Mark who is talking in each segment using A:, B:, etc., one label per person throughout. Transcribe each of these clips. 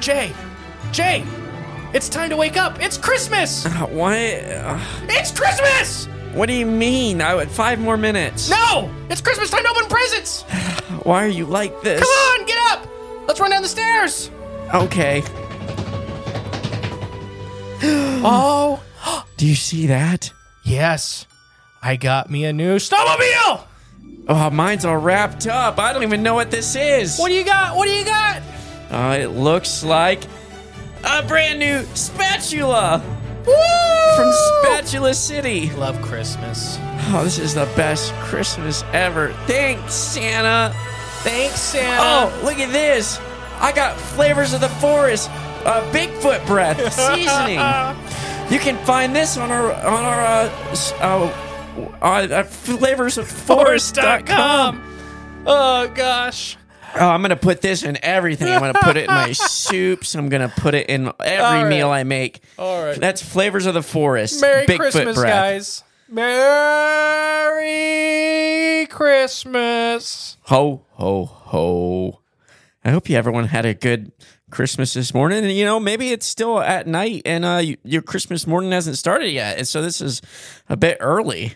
A: Jay! Jay! It's time to wake up! It's Christmas!
B: What? Ugh,
A: It's Christmas!
B: What do you mean? I would five more minutes.
A: No! It's Christmas time to open presents!
B: Why are you like this?
A: Come on, get up! Let's run down the stairs!
B: Okay.
A: Oh,
B: Do you see that?
A: yes. I got me a new snowmobile!
B: Oh, mine's all wrapped up. I don't even know what this is.
A: What do you got? What do you got?
B: uh, it looks like a brand new spatula
A: Woo!
B: from Spatula City.
A: Love Christmas.
B: Oh, this is the best Christmas ever. Thanks, Santa.
A: Thanks, Santa.
B: Oh, look at this. I got flavors of the forest, uh, Bigfoot breath Oh, seasoning. you can find this on our on our uh, s- uh, uh, uh, flavors of forest.com.
A: Oh gosh.
B: Oh, I'm gonna put this in everything. I'm gonna put it in my soups. I'm gonna put it in every
A: All right.
B: meal I make.
A: All right.
B: That's flavors of the forest.
A: Merry
B: Bigfoot
A: Christmas,
B: breath.
A: guys. Merry Christmas.
B: Ho, ho, ho. I hope you everyone had a good Christmas this morning. And, you know, maybe it's still at night and uh, you, your Christmas morning hasn't started yet. And so this is a bit early.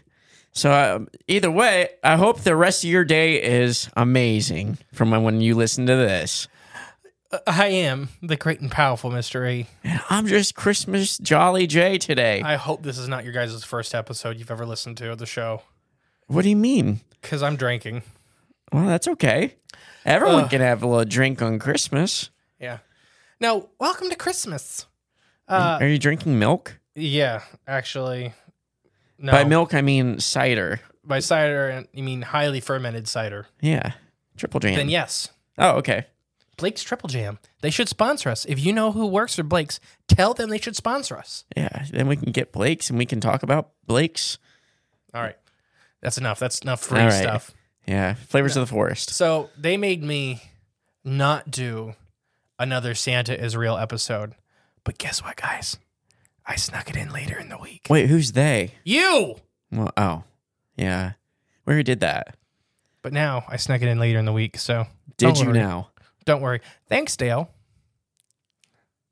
B: So, um, either way, I hope the rest of your day is amazing from when you listen to this.
A: I am the great and powerful Mr. E.
B: And I'm just Christmas Jolly Jay today.
A: I hope this is not your guys' first episode you've ever listened to of the show
B: what do you mean?
A: because I'm drinking.
B: Well, that's okay. Everyone
A: Ugh.
B: can have a little drink on Christmas.
A: Yeah. Now, welcome to Christmas. Uh,
B: Are you drinking milk?
A: yeah, actually. No.
B: By milk, I mean cider.
A: By cider, and you mean highly fermented cider.
B: Yeah. Triple jam.
A: Then yes,
B: Oh, okay.
A: Blake's Triple Jam. They should sponsor us. If you know who works for Blake's, tell them they should sponsor us.
B: Yeah. Then we can get Blake's and we can talk about Blake's.
A: All right. That's enough. That's enough free
B: All right.
A: stuff.
B: Yeah. Flavors of the Forest.
A: So they made me not do another Santa is real episode. But guess what, guys? I snuck it in later in the week.
B: Wait, who's they?
A: You!
B: Well, oh, yeah. We already did that.
A: But now I snuck it in later in the week. So
B: Did
A: don't
B: you
A: worry.
B: now?
A: Don't worry. Thanks, Dale.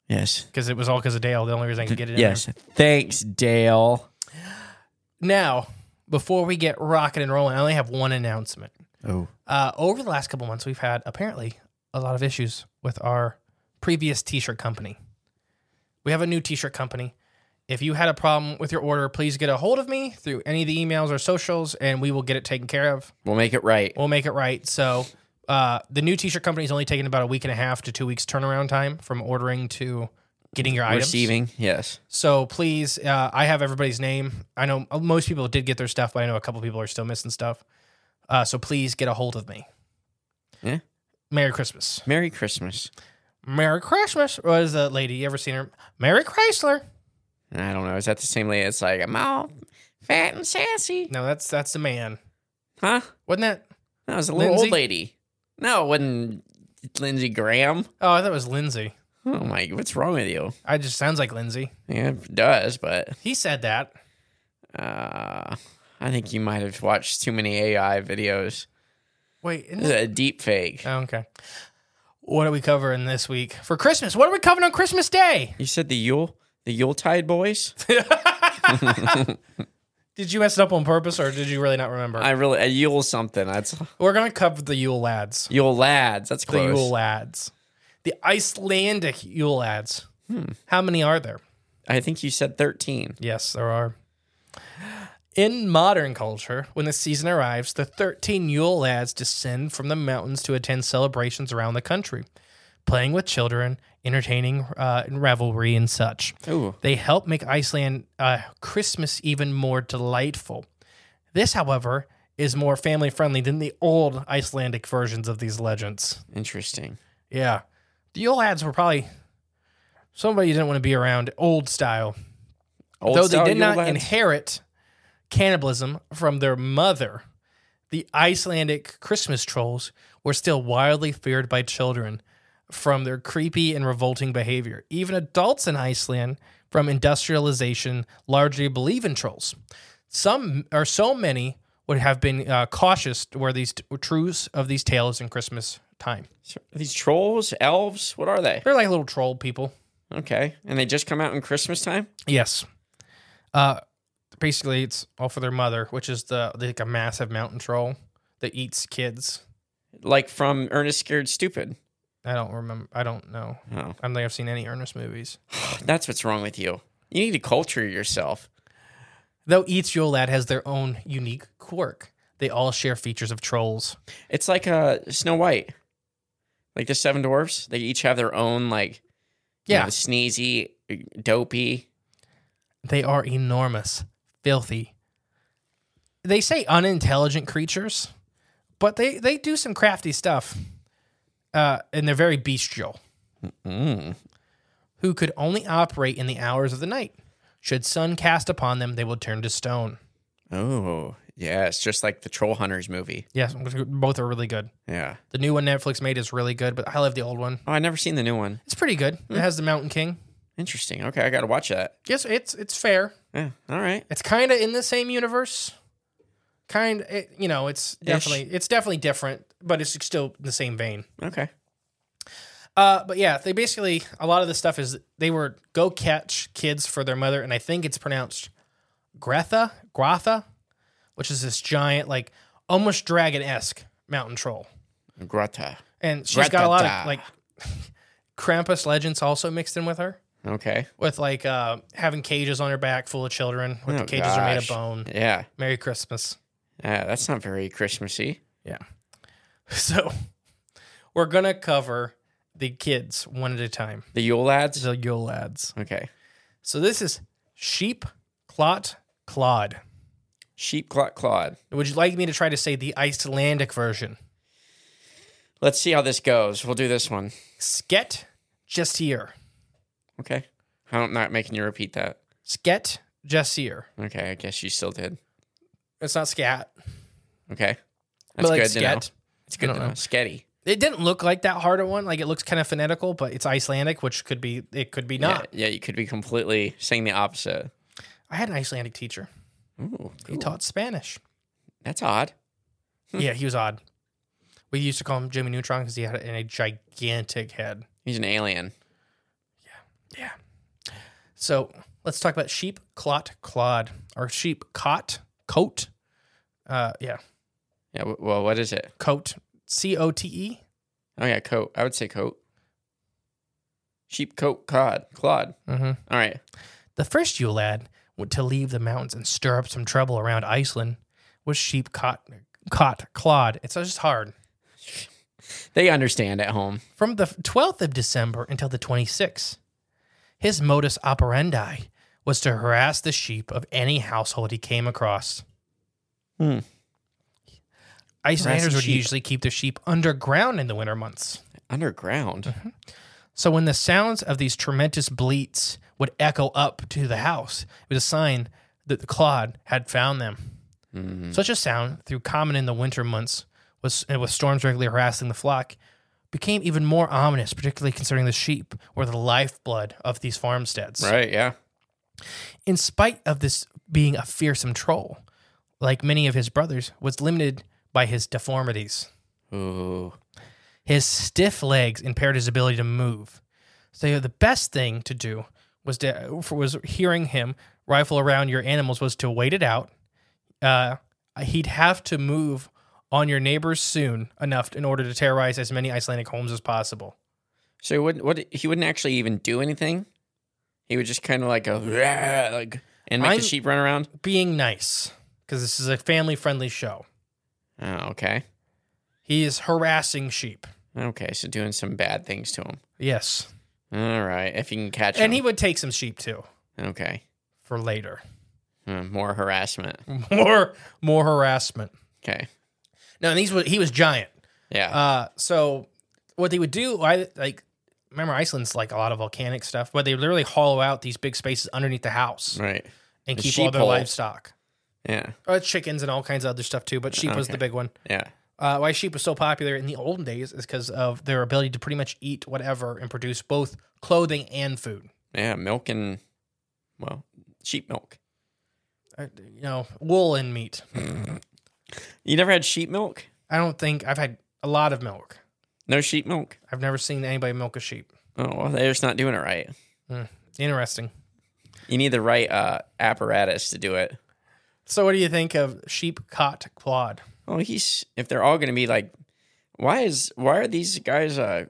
B: Yes.
A: Because it was all because of Dale. The only reason I could get it in
B: yes. Thanks, Dale.
A: there. Now, before we get rocking and rolling, I only have one announcement.
B: Oh.
A: Uh, over the last couple months, we've had apparently a lot of issues with our previous t shirt company. We have a new t shirt company. If you had a problem with your order, please get a hold of me through any of the emails or socials, and we will get it taken care of.
B: We'll make it right.
A: We'll make it right. So, uh, the new t shirt company is only taking about a week and a half to two weeks turnaround time from ordering to getting your items.
B: Receiving. Yes.
A: So please, uh, I have everybody's name. I know most people did get their stuff, but I know a couple people are still missing stuff. Uh, so please get a hold of me.
B: Yeah.
A: Merry Christmas.
B: Merry Christmas.
A: Merry Christmas was the lady. You ever seen her? Merry Chrysler.
B: I don't know. Is that the same lady? It's like, I'm all fat and sassy.
A: No, that's that's the man.
B: Huh?
A: Wasn't that?
B: No, it was a little
A: Lindsay?
B: old lady. No, it wasn't Lindsey Graham.
A: Oh, I thought it was Lindsay.
B: Oh my, what's wrong with you?
A: I just sounds like Lindsay.
B: Yeah, it does, but
A: He said that.
B: uh, I think you might have watched too many AI videos.
A: Wait, isn't
B: This is a deep fake.
A: Oh, okay. What are we covering this week for Christmas? What are we covering on Christmas Day?
B: You said the Yule, the Yuletide boys.
A: Did you mess it up on purpose or did you really not remember?
B: I really a Yule something. That's
A: We're going to cover the Yule Lads.
B: Yule lads. That's
A: The
B: close.
A: Yule Lads. The Icelandic Yule Lads. How many are there?
B: I think you said thirteen.
A: Yes, there are. In modern culture, when the season arrives, the 13 Yule lads descend from the mountains to attend celebrations around the country, playing with children, entertaining uh, in revelry, and such.
B: Ooh.
A: They help make Iceland uh, Christmas even more delightful. This, however, is more family friendly than the old Icelandic versions of these legends.
B: Interesting.
A: Yeah. The Yule lads were probably somebody you didn't want to be around, old style.
B: Old
A: Though
B: style
A: they did
B: Yule
A: not
B: lads?
A: inherit cannibalism from their mother, the Icelandic Christmas trolls were still wildly feared by children from their creepy and revolting behavior. Even adults in Iceland from industrialization largely believe in trolls. Some or so many would have been uh, cautious were these truths of these tales in Christmas time.
B: So, are these trolls, elves. What are they?
A: They're like little troll people.
B: Okay, and they just come out in Christmas time.
A: Yes. Uh, basically, it's all for their mother, which is the like a massive mountain troll that eats kids.
B: like from Ernest Scared Stupid.
A: I don't remember. I don't know.
B: Oh.
A: I don't think I've seen any Ernest movies.
B: That's what's wrong with you. You need to culture yourself.
A: Though each Yule lad has their own unique quirk, they all share features of trolls.
B: It's like uh, Snow White, like the Seven Dwarfs. They each have their own like, you
A: Yeah.
B: know, sneezy, dopey.
A: They are enormous, filthy. They say unintelligent creatures, but they they do some crafty stuff, uh, and they're very bestial.
B: Mm.
A: who could only operate in the hours of the night. Should sun cast upon them, they will turn to stone.
B: Oh yeah, it's just like the Troll Hunters movie.
A: Yes, both are really good.
B: Yeah.
A: The new one Netflix made is really good, but I love the old one.
B: Oh, I never seen the new one.
A: It's pretty good. It has the Mountain King.
B: Interesting. Okay, I gotta watch that.
A: Yes, it's it's fair.
B: Yeah. All right.
A: It's kind of in the same universe. Kind, it, you know, it's definitely it's definitely different, but it's still the same vein.
B: Okay.
A: Uh, but yeah, they basically a lot of the stuff is they were go catch kids for their mother, and I think it's pronounced Gretha, Grotha, which is this giant, like almost dragon esque mountain troll,
B: Grata.
A: and she's got a lot of
B: Gretata.
A: like Krampus legends also mixed in with her,
B: Okay.
A: with like uh, having cages on her back full of children, where the
B: Oh,
A: cages are made of
B: gosh.
A: bone.
B: Yeah.
A: Merry Christmas.
B: Yeah. That's not very Christmassy.
A: Yeah. So we're gonna cover the kids one at a time.
B: The Yule lads.
A: The Yule lads.
B: Okay.
A: So this is sheep, clot, clod.
B: Sheep clot clod.
A: Would you like me to try to say the Icelandic version?
B: Let's see how this goes. We'll do this one.
A: Sket, gestir.
B: Okay. I'm not making you repeat that.
A: Sket, gestir.
B: Okay, I guess you still did.
A: It's not scat.
B: Okay.
A: but
B: That's
A: like
B: good to know.
A: sket.
B: It's good
A: I
B: to
A: don't
B: know.
A: know.
B: Sketty.
A: It didn't look like that harder one. Like it looks kind of phonetical, but it's Icelandic, which could be, it could be
B: Yeah,
A: not.
B: yeah, you could be completely saying the opposite.
A: I had an Icelandic teacher.
B: Ooh,
A: He
B: cool.
A: taught Spanish.
B: That's odd.
A: yeah, he was odd. We used to call him Jimmy Neutron because he had a, a gigantic head.
B: He's an alien.
A: So let's talk about sheep, clot, clod, or sheep, cot, coat. Uh, yeah,
B: Yeah, w- well, what is it?
A: coat, C O T E.
B: Oh, yeah, coat. I would say coat. Sheep coat cod. Clod.
A: Mhm.
B: All right.
A: The first Yule lad went to leave the mountains and stir up some trouble around Iceland was sheep, cot, cot, clod. It's just hard.
B: They understand at home.
A: From the 12th of December until the 26th, his modus operandi was to harass the sheep of any household he came across.
B: Hmm.
A: Icelanders
B: Harassing
A: would
B: sheep.
A: usually keep their sheep underground in the winter months.
B: Underground.
A: Uh-huh. So when the sounds of these tremendous bleats would echo up to the house, it was a sign that the Claude had found them. Such a sound, through common in the winter months, was uh, with storms regularly harassing the flock became even more ominous, particularly considering the sheep were the lifeblood of these farmsteads.
B: Right. Yeah.
A: In spite of this being a fearsome troll, like many of his brothers, was limited by his deformities.
B: Ooh.
A: His stiff legs impaired his ability to move. So the best thing to do was to was hearing him rifle around your animals was to wait it out. Uh, he'd have to move on your neighbors soon enough in order to terrorize as many Icelandic homes as possible.
B: So he wouldn't what he wouldn't actually even do anything. He would just kind of like go "Rah," like and make
A: I'm-
B: the sheep run around.
A: Being nice, because this is a family-friendly show.
B: Oh, okay.
A: He is harassing sheep.
B: Okay. So doing some bad things to him.
A: Yes,
B: All right. If you can catch
A: and he
B: him.
A: would take some sheep too
B: okay.
A: for later.
B: Uh, more harassment.
A: Mm. More, more harassment.
B: Okay.
A: No, and these were, he was giant.
B: Yeah.
A: Uh, so what they would do, I like remember Iceland's like a lot of volcanic stuff, but they literally hollow out these big spaces underneath the house
B: right.
A: and
B: The
A: keep all
B: sheep
A: their
B: hole.
A: livestock,
B: Yeah.
A: uh, chickens and all kinds of other stuff too. But sheep was the
B: Okay.
A: big one.
B: Yeah.
A: Uh, why sheep was so popular in the olden days is because of their ability to pretty much eat whatever and produce both clothing and food.
B: Yeah. Milk and well, sheep milk.
A: Uh, You know, wool and meat.
B: You never had sheep milk?
A: I don't think I've had a lot of milk.
B: No sheep milk.
A: I've never seen anybody milk a sheep.
B: Oh, well, they're just not doing it right.
A: Interesting.
B: You need the right uh, apparatus to do it.
A: So, what do you think of sheep cot quad?
B: Oh, he's if they're all going to be like, why is why are these guys uh,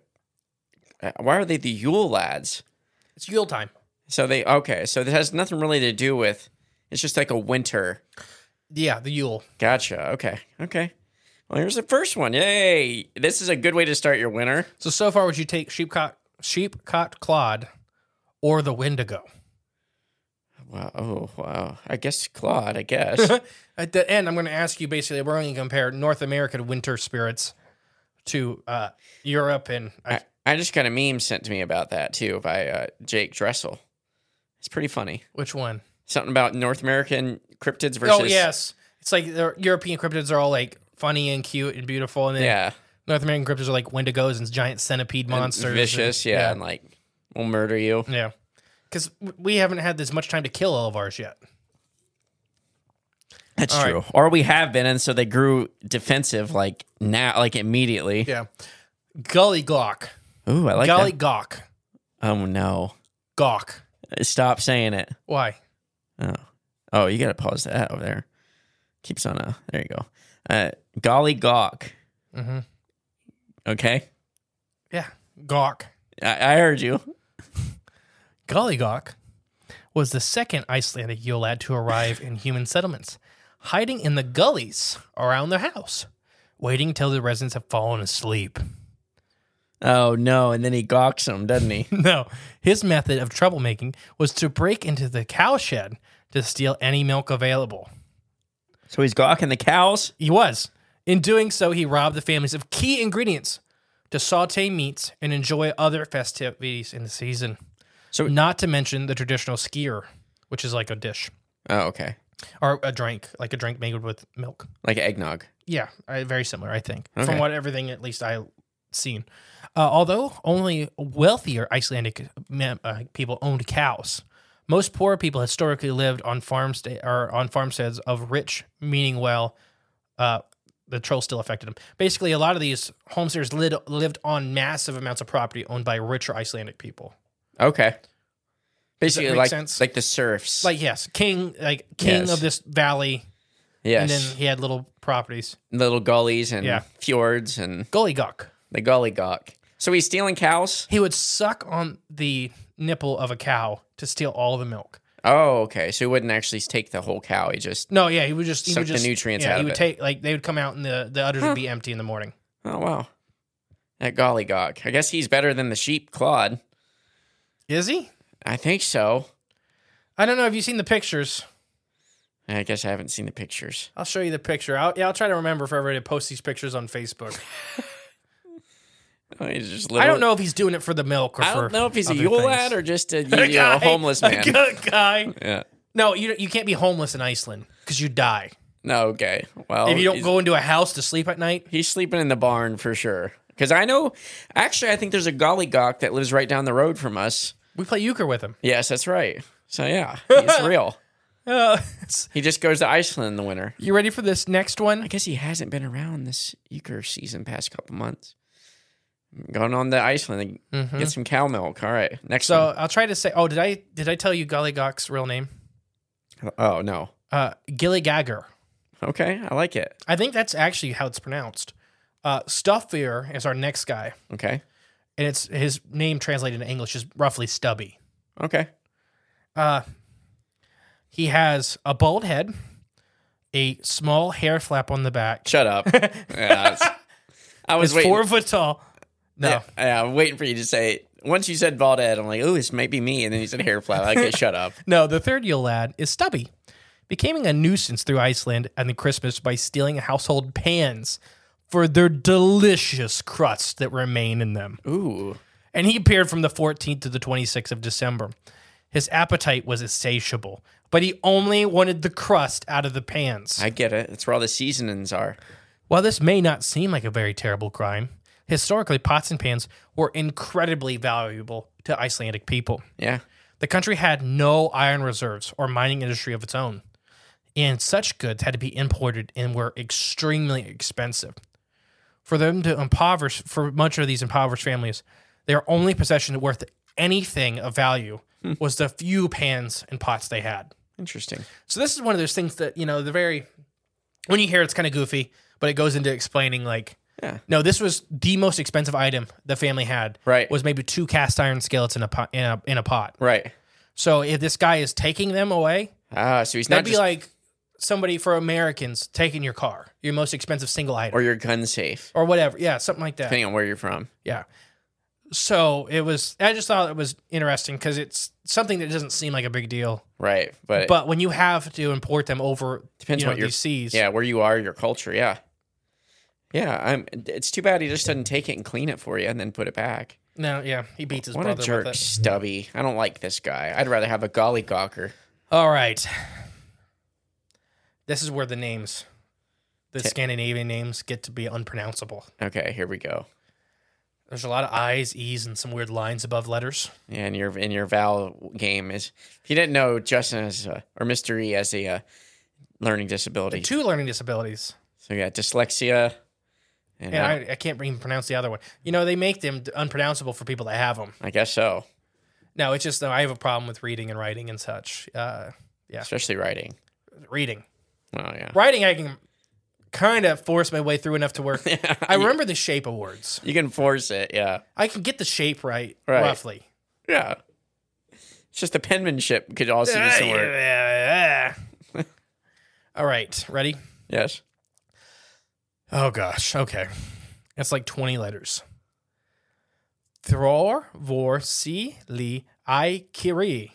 B: uh, why are they the Yule lads?
A: It's Yule time.
B: So they okay, so this has nothing really to do with. It's just like a winter.
A: Yeah, the Yule.
B: Gotcha. Okay. Okay. Well, here's the first one. Yay! This is a good way to start your winter.
A: So so far, would you take sheep cot sheep cot clod or the Wendigo?
B: Wow. Oh, wow. I guess Claude. I guess.
A: At the end, I'm going to ask you basically we're going to compare North American winter spirits to uh, Europe and uh,
B: I, I just got a meme sent to me about that too by uh, Jake Dressel. It's pretty funny.
A: which one?
B: Something about North American cryptids versus.
A: Oh yes, it's like the European cryptids are all like funny and cute and beautiful, and then
B: Yeah.
A: North American cryptids are like Wendigos and giant centipede monsters, and-
B: Vicious. yeah, And like, we'll murder you.
A: yeah, because we haven't had this much time to kill all of ours yet.
B: That's
A: All
B: true. Or we have been. And so they grew defensive like now, like immediately.
A: Yeah, Gully Glock,
B: Ooh, I like
A: Gully
B: that.
A: Gawk,
B: Oh, no.
A: Gawk.
B: Stop saying it.
A: Why?
B: Oh, oh, you gotta pause that over there. Keeps on. Uh, there you go. Uh, golly gawk.
A: Mm-hmm.
B: Okay,
A: Yeah, Gawk.
B: I, I heard you.
A: Gollygok was the second Icelandic Yolad to arrive in human settlements, hiding in the gullies around the house, waiting till the residents have fallen asleep.
B: Oh no! And then he gawks him, doesn't he?
A: No, his method of troublemaking was to break into the cow shed to steal any milk available.
B: so he's gawking the cows.
A: He was. In doing so, he robbed the families of key ingredients to saute meats and enjoy other festivities in the season.
B: So-
A: not to mention the traditional skier, which is like a dish.
B: Oh, okay.
A: or a drink, like a drink made with milk.
B: Like eggnog.
A: Yeah, I, very similar, I think,
B: Okay.
A: from what everything at least I seen. Uh, although only wealthier Icelandic mem- uh, people owned cows, most poor people historically lived on farmstead or on farmsteads of rich, meaning well. Uh, the troll still affected them. Basically, a lot of these homesteaders lived, lived on massive amounts of property owned by richer Icelandic people.
B: Okay. Basically,
A: make
B: like
A: sense?
B: like the serfs.
A: Like yes, king, like king
B: Yes.
A: of this valley,
B: yes,
A: and then he had little properties.
B: little gullies and
A: Yeah.
B: fjords and
A: Gollygok.
B: the golly gawk. So he's stealing cows.
A: He would suck on the nipple of a cow to steal all the milk.
B: Oh, okay. So he wouldn't actually take the whole cow. He just.
A: No, yeah, he would just he
B: Suck
A: would
B: the
A: just,
B: nutrients
A: yeah,
B: out
A: he
B: of
A: would
B: it.
A: take like they would come out and the the udders would be empty in the morning.
B: Oh wow. That golly gawk. I guess he's better than the sheep Claude.
A: Is he?
B: I think so.
A: I don't know. Have you seen the pictures?
B: I guess I haven't seen the pictures.
A: I'll show you the picture. I'll, yeah, I'll try to remember for everybody to post these pictures on Facebook.
B: Oh, he's just
A: I
B: little-
A: don't know if he's doing it for the milk. Or
B: I don't
A: for
B: know if he's a
A: other
B: Yule
A: things.
B: lad or just a, you
A: A
B: know,
A: guy-
B: homeless
A: a
B: man.
A: good guy.
B: Yeah.
A: No, you you can't be homeless in Iceland because you die.
B: No, okay. Well,
A: if you don't
B: Oh, he's-
A: go into a house to sleep at night,
B: He's sleeping in the barn for sure. Because I know, actually, I think there's a gollygawk that lives right down the road from us.
A: we play euchre with him.
B: Yes, that's right. So yeah, he's real.
A: Uh, it's-
B: He just goes to Iceland in the winter.
A: you ready for this next
B: I
A: one?
B: guess he hasn't been around this euchre season past couple months. Going on to Iceland and get some cow milk. All right, next
A: Mm-hmm. So I'll try to say. Oh, did I did I tell you Gollygawk's real name?
B: one. Oh no.
A: Uh, Gilly Gagger.
B: Okay, I like it.
A: I think that's actually how it's pronounced. Uh, Stuffier is our next guy,
B: Okay,
A: and it's his name translated into English is roughly Stubby.
B: okay.
A: Uh, he has a bald head, a small hair flap on the back.
B: Shut up. Yeah, that's- I was
A: He's
B: waiting.
A: four foot tall. No,
B: Yeah, yeah, I'm waiting for you to say. it. Once you said bald head, I'm like, oh, this might be me. And then you said hair flap. Okay, shut up.
A: no. The third year lad is Stubby, becoming a nuisance through Iceland and the Christmas by stealing household pans for their delicious crusts that remain in them.
B: Ooh.
A: and he appeared from the 14th to the 26th of December. His appetite was insatiable, but he only wanted the crust out of the pans.
B: I get it. That's where all the seasonings are.
A: While this may not seem like a very terrible crime, historically pots and pans were incredibly valuable to Icelandic people.
B: Yeah.
A: The country had no iron reserves or mining industry of its own, and such goods had to be imported and were extremely expensive. For them to impoverish, for much of these impoverished families, their only possession worth anything of value
B: Hmm.
A: was the few pans and pots they had.
B: Interesting.
A: So this is one of those things that you know the very when you hear it's kind of goofy, but it goes into explaining like.
B: Yeah.
A: No, this was the most expensive item the family had.
B: Right.
A: was maybe two cast iron skillets in a pot, in a, in a pot.
B: Right.
A: So if this guy is taking them away,
B: Ah, so he's
A: that'd
B: not
A: be
B: just
A: like somebody for Americans taking your car, your most expensive single item,
B: or
A: or,
B: your gun safe,
A: whatever. Yeah, something like that.
B: depending on where you're from.
A: Yeah. So it was. I just thought it was interesting because it's something that doesn't seem like a big deal,
B: Right. But,
A: but when you have to import them over,
B: Depends
A: you know,
B: what your-
A: these seas.
B: yeah, where you are, your culture. Yeah. Yeah. I'm. It's too bad he just doesn't take it and clean it for you and then put it back.
A: No, yeah, he beats his
B: What a
A: brother with
B: jerk,
A: it.
B: stubby. I don't like this guy. I'd rather have a gollygawker.
A: All right. This is where the names, the
B: Ta-
A: Scandinavian names, get to be unpronounceable.
B: Okay, here we go.
A: There's a lot of I's, E's, and some weird lines above letters.
B: Yeah, and your in your Val game is. If you didn't know, Justin has a, or Mister E has a uh, learning disability.
A: Two learning disabilities.
B: so yeah, dyslexia.
A: And
B: And, uh,
A: I, I can't even pronounce the other one. You know, they make them unpronounceable for people that have them.
B: I guess so,
A: No, it's just no, I have a problem with reading and writing and such. Uh,
B: especially writing.
A: reading,
B: Oh yeah.
A: writing, I can kind of force my way through enough to work. I remember the shape of words.
B: You can force it, yeah.
A: I can get the shape right,
B: Right.
A: roughly.
B: Yeah. It's just the penmanship could also use some work.
A: All right, ready?
B: Yes.
A: Oh gosh, okay. That's like 20 letters. Thror, vor, si, li, i, kiri.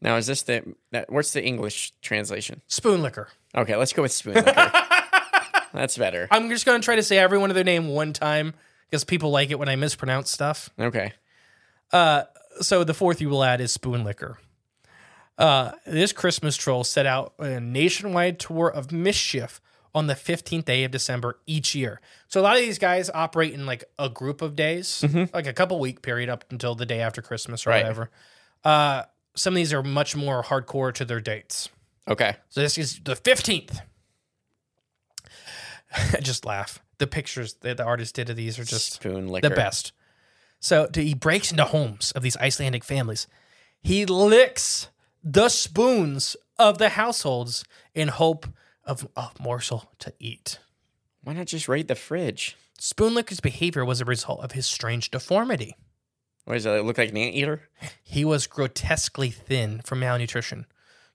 B: Now is this the that, what's the English translation?
A: Spoon liquor.
B: Okay, let's go with spoon liquor. That's better.
A: I'm just going to try to say every one of their name one time because people like it when I mispronounce stuff.
B: Okay.
A: Uh, so the fourth you will add is spoon liquor. Uh, this Christmas troll set out on a nationwide tour of mischief on the 15th day of December each year. So a lot of these guys operate in like a group of days, like a couple week period up until the day after Christmas or
B: Right.
A: whatever. Uh, some of these are much more hardcore to their dates.
B: Okay.
A: So this is the 15th. I just laugh. The pictures that the artist did of these are just
B: spoon liquor.
A: the best. So to, he breaks into homes of these Icelandic families. He licks the spoons of the households in hope of a morsel to eat.
B: Why not just raid the fridge?
A: Spoon licker's behavior was a result of his strange deformity.
B: What is that? It look like an anteater?
A: He was grotesquely thin from malnutrition,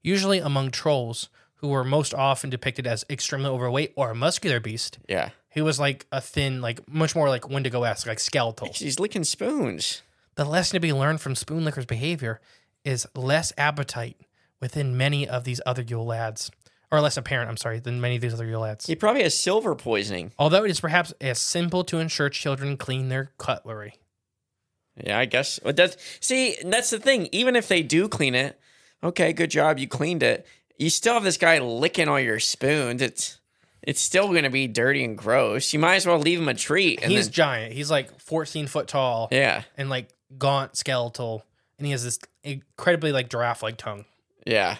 A: usually among trolls who were most often depicted as extremely overweight or a muscular beast.
B: Yeah.
A: He was like a thin, like much more like Wendigo-esque, like skeletal.
B: She's licking spoons.
A: The lesson to be learned from spoon lickers' behavior is less appetite within many of these other Yule lads, or less apparent, I'm sorry, than many of these other Yule lads.
B: He probably has silver poisoning.
A: Although it is perhaps as simple to ensure children clean their cutlery.
B: Yeah, I guess. But that's see, that's the thing. Even if they do clean it, okay, good job, you cleaned it. you still have this guy licking all your spoons. It's it's still going to be dirty and gross. You might as well leave him a treat. And
A: He's
B: then,
A: giant. He's like 14 foot tall
B: yeah,
A: and like gaunt skeletal, and he has this incredibly like giraffe like tongue.
B: yeah,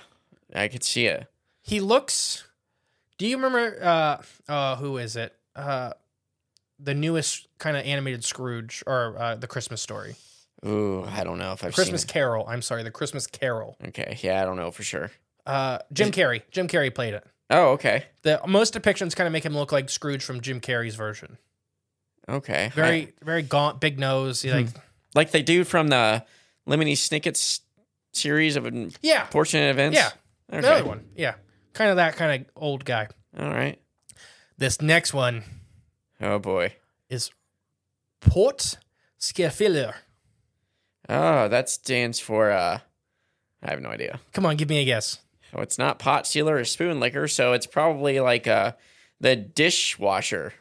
B: I could see it.
A: He looks. Do you remember? Uh, uh, who is it? Uh, the newest kind of animated Scrooge or uh, the Christmas story,
B: Ooh, I don't know if I've
A: Christmas
B: seen.
A: Carol. I'm sorry, the Christmas Carol.
B: It. Okay, yeah, I don't know for sure.
A: Uh, Jim Carrey. Jim Carrey played it.
B: Oh, okay,
A: The most depictions kind of make him look like Scrooge from Jim Carrey's version.
B: okay. I- Hmm.
A: Very, very gaunt, big nose. He like,
B: like the dude from the Lemony Snicket's series of
A: yeah,
B: unfortunate events.
A: Yeah.
B: okay.
A: another one. Yeah, kind of that kind of old guy.
B: All right.
A: This next one
B: Oh boy.
A: is Port Scaffiller.
B: Oh, that stands for uh, I have no idea.
A: Come on, give me a guess.
B: Well, it's not pot sealer or spoon liquor, so it's probably like uh, the dishwasher.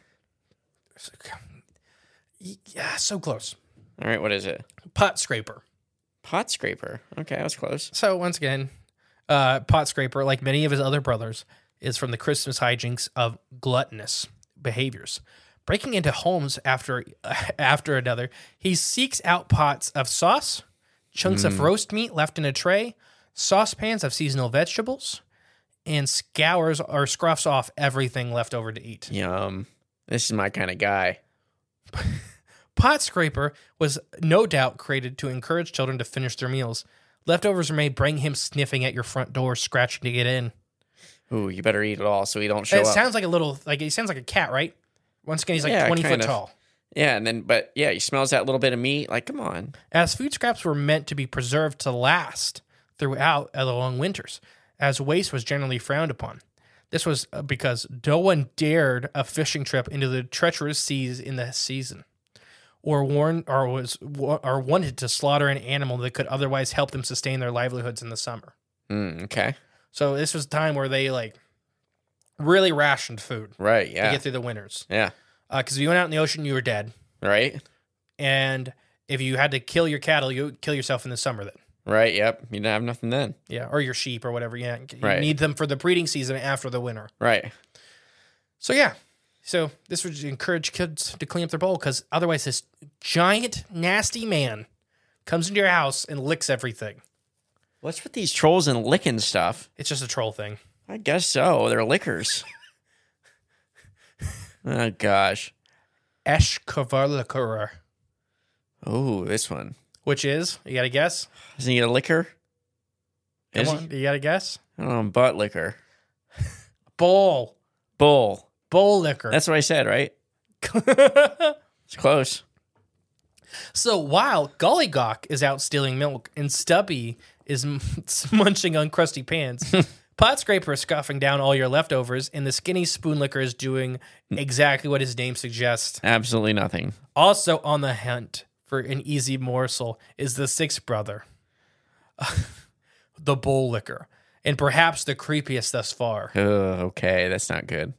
A: Yeah, so close.
B: All right, what is it?
A: Pot scraper.
B: Pot scraper. Okay, I was close.
A: So once again, uh, pot scraper, like many of his other brothers, is from the Christmas hijinks of gluttonous behaviors. Breaking into homes after after another, he seeks out pots of sauce, chunks of roast meat left in a tray, saucepans of seasonal vegetables, and scours or scruffs off everything left over to eat.
B: Yum. This is my kind of guy.
A: Pot scraper was no doubt created to encourage children to finish their meals. Leftovers may bring him sniffing at your front door, scratching to get in.
B: Ooh, you better eat it all so he don't show
A: it
B: up.
A: sounds like a little like he sounds like a cat, right? Once again, he's like
B: Yeah,
A: twenty
B: kind
A: foot
B: of.
A: tall.
B: yeah, and then but yeah, he smells that little bit of meat. Like, come on.
A: As food scraps were meant to be preserved to last throughout uh, the long winters, as waste was generally frowned upon. This was uh, because no one dared a fishing trip into the treacherous seas in the season, or warned or was or wanted to slaughter an animal that could otherwise help them sustain their livelihoods in the summer.
B: Mm, okay.
A: So this was a time where they like really rationed food
B: Right.
A: to
B: Yeah.
A: get through the winters.
B: Yeah.
A: Because if you went out in the ocean, you were dead.
B: Right.
A: and if you had to kill your cattle, you would kill yourself in the summer then.
B: Right. Yep. You don't have nothing then.
A: Yeah, or your sheep or whatever. Yeah, you
B: Right.
A: need them for the breeding season after the winter.
B: Right.
A: So yeah, so this would encourage kids to clean up their bowl because otherwise, this giant nasty man comes into your house and licks everything.
B: What's with these trolls and licking stuff?
A: It's just a troll thing.
B: I guess so. They're lickers. oh gosh.
A: Eshkavarlikurer,
B: Oh, this one.
A: which is you got to guess.
B: Isn't he a liquor?
A: Come
B: Is he?
A: on, you got to guess.
B: I don't know, butt liquor.
A: Bowl,
B: Bull.
A: bowl liquor.
B: That's what I said, right? It's close.
A: So while Gollygawk is out stealing milk and Stubby is m- munching on crusty pans, Pot Scraper is scoffing down all your leftovers, and the skinny spoon licker is doing exactly what his name suggests.
B: Absolutely nothing.
A: Also on the hunt for an easy morsel is the sixth brother, the bull licker, and perhaps the creepiest thus far.
B: Ugh, okay, that's not good.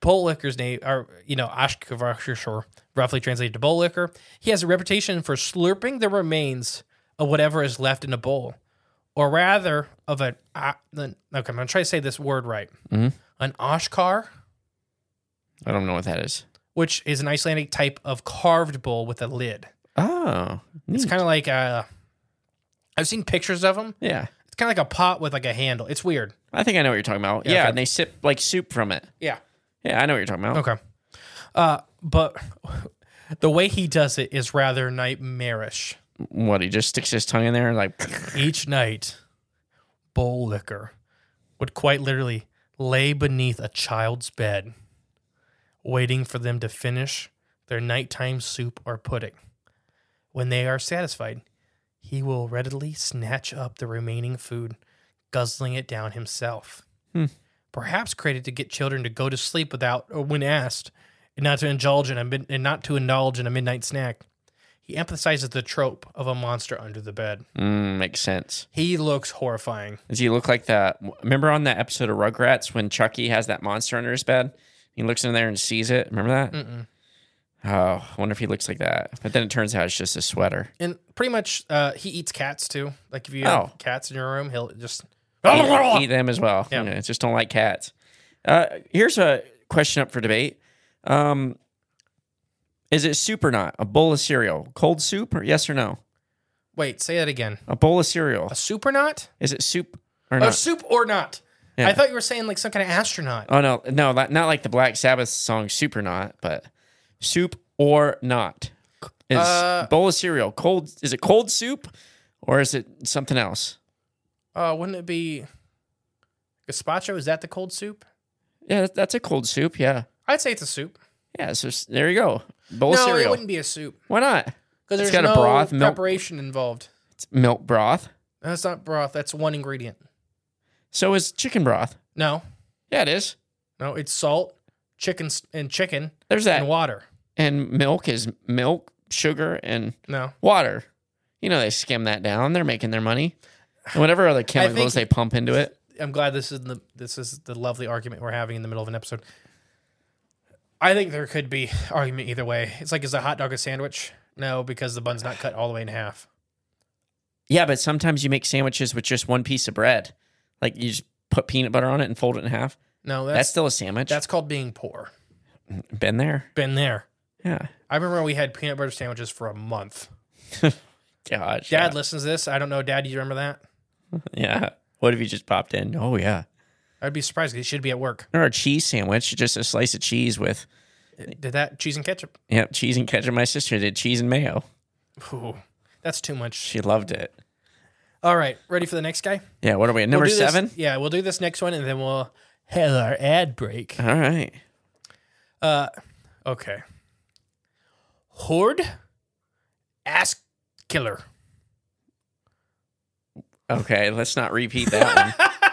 A: Bull licker's name, or you know, Ashkavakshur, roughly translated to bowl licker. He has a reputation for slurping the remains of whatever is left in a bowl, or rather of an. Uh, okay, I'm gonna try to say this word right.
B: Mhm.
A: An Oshkar,
B: I don't know what that is.
A: which is an Icelandic type of carved bowl with a lid.
B: Oh,
A: It's kind of like uh, I've seen pictures of them.
B: yeah.
A: It's kind of like a pot with like a handle. It's weird.
B: I think I know what you're talking about.
A: Yeah,
B: Yeah,
A: okay.
B: and they sip like soup from it.
A: Yeah.
B: Yeah, I know what you're talking about.
A: Okay. Uh, but the way he does it is rather nightmarish.
B: What he just sticks his tongue in there and like,
A: Each night, bowl liquor would quite literally lay beneath a child's bed, waiting for them to finish their nighttime soup or pudding. When they are satisfied, he will readily snatch up the remaining food, guzzling it down himself.
B: Hmm.
A: Perhaps created to get children to go to sleep without, or when asked, and not to indulge in a mid- and not to indulge in a midnight snack. He emphasizes the trope of a monster under the bed.
B: mm, makes sense.
A: He looks horrifying.
B: Does he look like that? Remember on that episode of Rugrats when Chucky has that monster under his bed? He looks in there and sees it. Remember that?
A: Mm-mm.
B: Oh, I wonder if he looks like that. But then it turns out it's just a sweater.
A: And pretty much, uh, he eats cats too. Like if you
B: Oh.
A: have cats in your room, he'll just
B: eat, eat them as well.
A: Yeah.
B: You know, just don't like cats. Uh, here's a question up for debate. Um, is it soup or not? A bowl of cereal, cold soup, or yes or no?
A: Wait, say that again.
B: A bowl of cereal.
A: A soup or not?
B: Is it soup or
A: A
B: not?
A: soup or not?
B: Yeah.
A: I thought you were saying like some kind of astronaut.
B: oh no, no, not, not like the Black Sabbath song "Soup or Not," but soup or not is
A: Uh,
B: bowl of cereal cold. Is it cold soup or is it something else?
A: Uh, wouldn't it be gazpacho? Is that the cold soup?
B: Yeah, that- that's a cold soup. Yeah,
A: I'd say it's a soup.
B: yeah. So s- there you go. Bowl
A: no,
B: of
A: it
B: cereal.
A: wouldn't be a soup
B: Why not?
A: because
B: It's
A: there's
B: got a
A: no
B: broth, milk-
A: preparation involved.
B: It's milk broth.
A: That's not broth. That's one ingredient.
B: So is chicken broth.
A: No,
B: Yeah, it is.
A: no, it's salt, chicken, s- and chicken
B: There's
A: and
B: that. And,
A: water.
B: milk is milk, sugar, and
A: No,
B: water. You know, they skim that down. They're making their money. And whatever other chemicals they pump into it.
A: I'm glad this is the this is the lovely argument we're having in the middle of an episode. I think there could be argument either way. It's like is a hot dog a sandwich? No, because the bun's not cut all the way in half.
B: Yeah, but sometimes you make sandwiches with just one piece of bread. Like you just put peanut butter on it and fold it in half.
A: No,
B: That's,
A: that's
B: still a sandwich.
A: that's called being poor.
B: been there.
A: Been there.
B: Yeah.
A: I remember we had peanut butter sandwiches for a month. Dad
B: Gosh. yeah.
A: listens to this. I don't know, Dad. Do you remember that?
B: yeah. What if you just popped in? Oh yeah.
A: I'd be surprised. 'cause He should be at work.
B: Or a cheese sandwich, just a slice of cheese with
A: Did that cheese and ketchup?
B: yep, cheese and ketchup. My sister did cheese and mayo.
A: Ooh, that's too much.
B: She loved it.
A: All right, ready for the next guy?
B: Yeah, what are we at? Number
A: We'll do this-
B: seven?
A: yeah, we'll do this next one, and then we'll have our ad break.
B: All right.
A: Uh, okay. Horde, ass killer.
B: Okay, let's not repeat that one.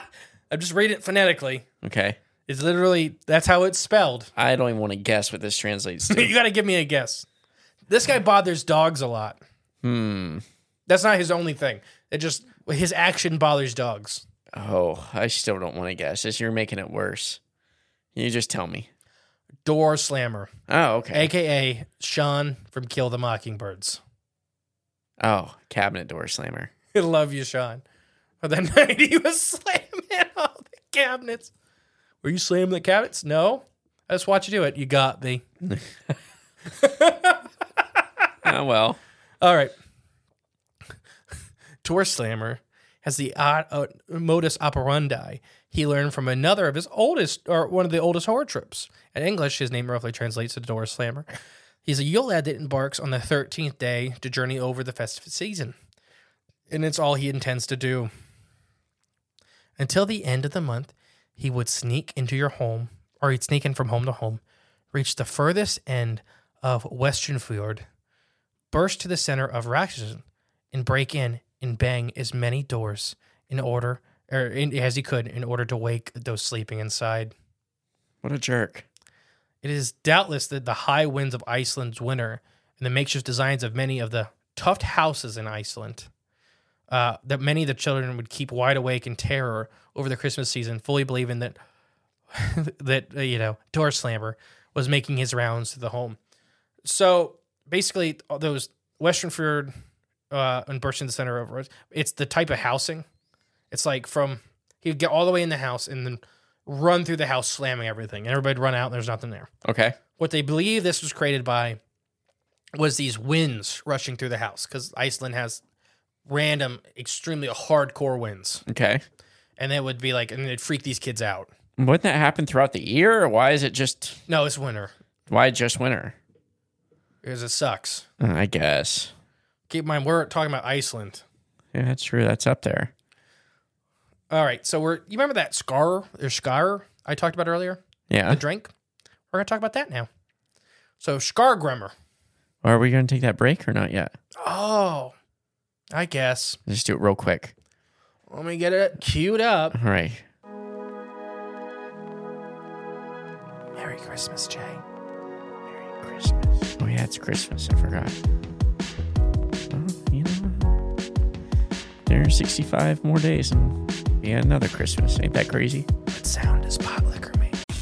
A: I'm just reading it phonetically.
B: Okay.
A: It's literally that's how it's spelled.
B: I don't even want to guess what this translates
A: you
B: to.
A: got to give me a guess. This guy bothers dogs a lot.
B: hmm.
A: That's not his only thing. It just his action bothers dogs.
B: Oh, I still don't want to guess. This you're making it worse. You just tell me.
A: Door slammer,
B: Oh, okay.
A: aka Sean from Kill the Mockingbirds.
B: Oh, cabinet door slammer.
A: I love you, Sean. But that night he was slamming all the cabinets. Were you slamming the cabinets? No. I just watched you do it. You got me.
B: oh well.
A: All right. Tour Slammer has the odd, uh, modus operandi he learned from another of his oldest, or one of the oldest horror trips. In English, his name roughly translates to Door Slammer. He's a Yule lad that embarks on the 13th day to journey over the festive season. And it's all he intends to do. Until the end of the month, he would sneak into your home, or he'd sneak in from home to home, reach the furthest end of Western Fjord, burst to the center of Rakshas and break in and bang as many doors in order or in, as he could in order to wake those sleeping inside.
B: What a jerk.
A: It is doubtless that the high winds of Iceland's winter and the makeshift designs of many of the tuft houses in Iceland uh, that many of the children would keep wide awake in terror over the Christmas season, fully believing that that uh, you know door slammer was making his rounds to the home. So basically, all those Western Fjord uh, and bursting the center of it's the type of housing. It's like from he'd get all the way in the house and then run through the house slamming everything, and everybody'd run out and there's nothing there
B: Okay.
A: what they believe this was created by was these winds rushing through the house because Iceland has random, extremely hardcore winds,
B: Okay.
A: and it would be like, and it'd freak these kids out.
B: Wouldn't that happen throughout the year? Or why is it just
A: No, it's winter
B: why just winter?
A: because it sucks.
B: Uh, I guess.
A: Keep in mind, we're talking about Iceland.
B: Yeah, that's true. That's up there.
A: All right, so we're you remember that scar or scar I talked about earlier,
B: Yeah.
A: the drink? We're gonna talk about that now. So Skargrummer.
B: Are we gonna take that break or not yet?
A: Oh, I guess.
B: Just do it real quick.
A: Let me get it queued up.
B: All right.
A: Merry Christmas, Jay.
B: Merry Christmas. Oh yeah, it's Christmas. I forgot. Well, you know, there are 65 more days and yeah, another Christmas. Ain't that crazy?
A: What sound does pot liquor make?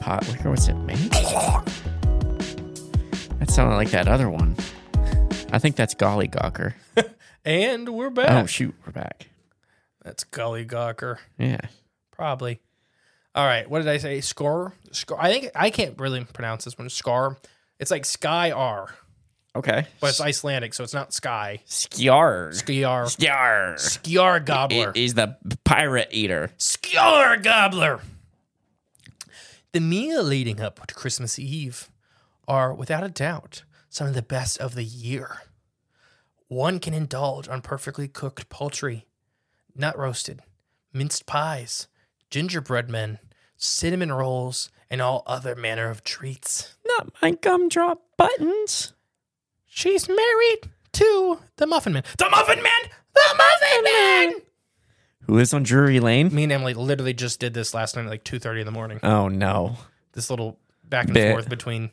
B: Pot liquor, what's it made? That sounded like that other one. I think that's gollygawker.
A: And we're
B: Oh
A: back.
B: shoot, we're back.
A: That's Gully Gawker.
B: Yeah.
A: Probably. All right. What did I say? Score? Score. I think I can't really pronounce this one. Scar. It's like Sky R,
B: Okay.
A: but it's Icelandic, so it's not Sky.
B: Skjar.
A: Skjar.
B: Skjar.
A: Skjar Gobbler.
B: He's the pirate eater.
A: Skjar Gobbler. The meal leading up to Christmas Eve are, without a doubt, some of the best of the year. One can indulge on perfectly cooked poultry, nut roasted, minced pies, gingerbread men, cinnamon rolls, and all other manner of treats.
B: Not my gumdrop buttons.
A: She's married to the Muffin Man. The Muffin Man! The Muffin Man!
B: Who lives on Drury Lane?
A: Me and Emily literally just did this last night at like 2.30 in the morning.
B: Oh no.
A: this little back and
B: Bit.
A: forth between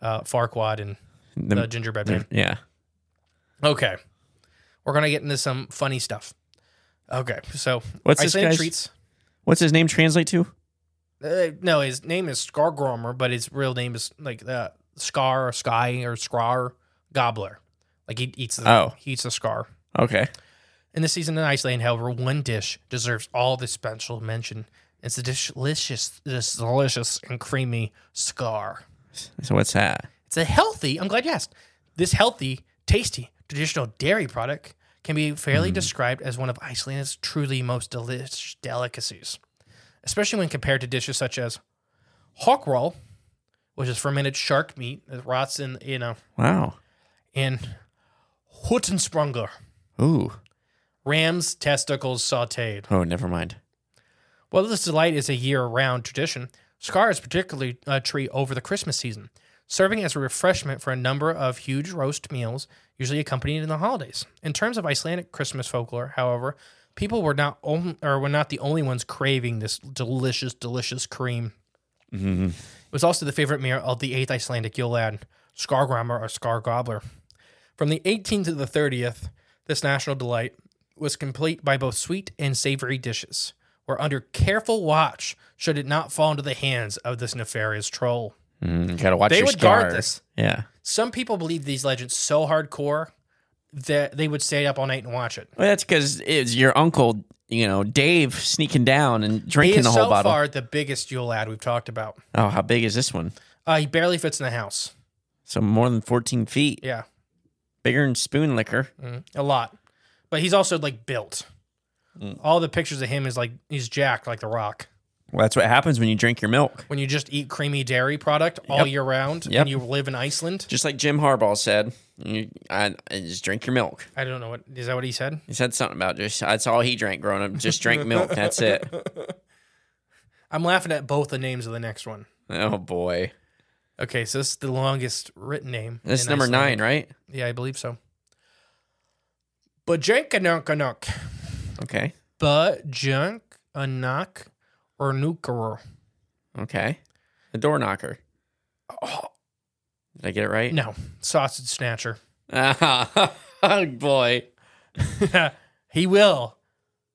A: uh, Farquad and
B: The-
A: the, gingerbread man.
B: yeah.
A: Okay, we're gonna get into some funny stuff. Okay, so
B: What's this
A: Icelandic
B: guy's-
A: treats?
B: What's his name translate to?
A: Uh, no, his name is Skargromer, but his real name is like uh, Scar or Sky or Scrar Gobbler. Like he eats the
B: Oh.
A: he eats the scar.
B: Okay.
A: In the season in Iceland, however, one dish deserves all the special mention. It's the delicious, this delicious and creamy scar.
B: So what's that?
A: It's a healthy, I'm glad you asked. This healthy, tasty, traditional dairy product can be fairly described as one of Iceland's truly most delish delicacies, especially when compared to dishes such as hawk roll, which is fermented shark meat that rots in, you know,
B: Wow.
A: and Huttensprungler,
B: Ooh.
A: ram's testicles sauteed.
B: Oh, never mind.
A: While this delight is a year round tradition, Scar is particularly a treat over the Christmas season, serving as a refreshment for a number of huge roast meals, usually accompanied in the holidays. In terms of Icelandic Christmas folklore, however, people were not on, or were not the only ones craving this delicious, delicious cream. It was also the favorite meal of the eighth Icelandic Yolad, Skargrammer or Skargobbler. From the 18th to the 30th, this national delight was complete by both sweet and savory dishes, were under careful watch should it not fall into the hands of this nefarious troll.
B: Mm, gotta watch
A: They
B: your
A: would guard
B: scar.
A: this.
B: Yeah.
A: Some people believe these legends so hardcore that they would stay up all night and watch it.
B: Well, that's because it's your uncle, you know, Dave sneaking down and
A: He
B: drinking
A: is
B: the whole
A: so
B: bottle.
A: far the biggest Yule ad we've talked about.
B: Oh, how big is this one?
A: Uh, he barely fits in the house.
B: So more than 14 feet.
A: Yeah,
B: Bigger than spoon liquor.
A: mhm, a lot. But he's also like built.
B: Mm.
A: All the pictures of him is like he's jacked like the rock.
B: Well, that's what happens when you drink your milk.
A: when you just eat creamy dairy product all year round
B: Yep.
A: and you live in Iceland.
B: Just like Jim Harbaugh said, you, I, I just drink your milk.
A: I don't know what is that what he said?
B: He said something about just that's all he drank growing up. Just drank milk. That's it.
A: I'm laughing at both the names of the next one.
B: Oh boy,
A: Okay, so this is the longest written name.
B: this is
A: in
B: number
A: Icelandic.
B: nine, right?
A: Yeah, I believe so. Bajankanunkanuk.
B: Okay,
A: Bajankanuk or Nukaror.
B: okay. The door knocker. Did I get it right?
A: No, sausage snatcher.
B: oh boy,
A: he will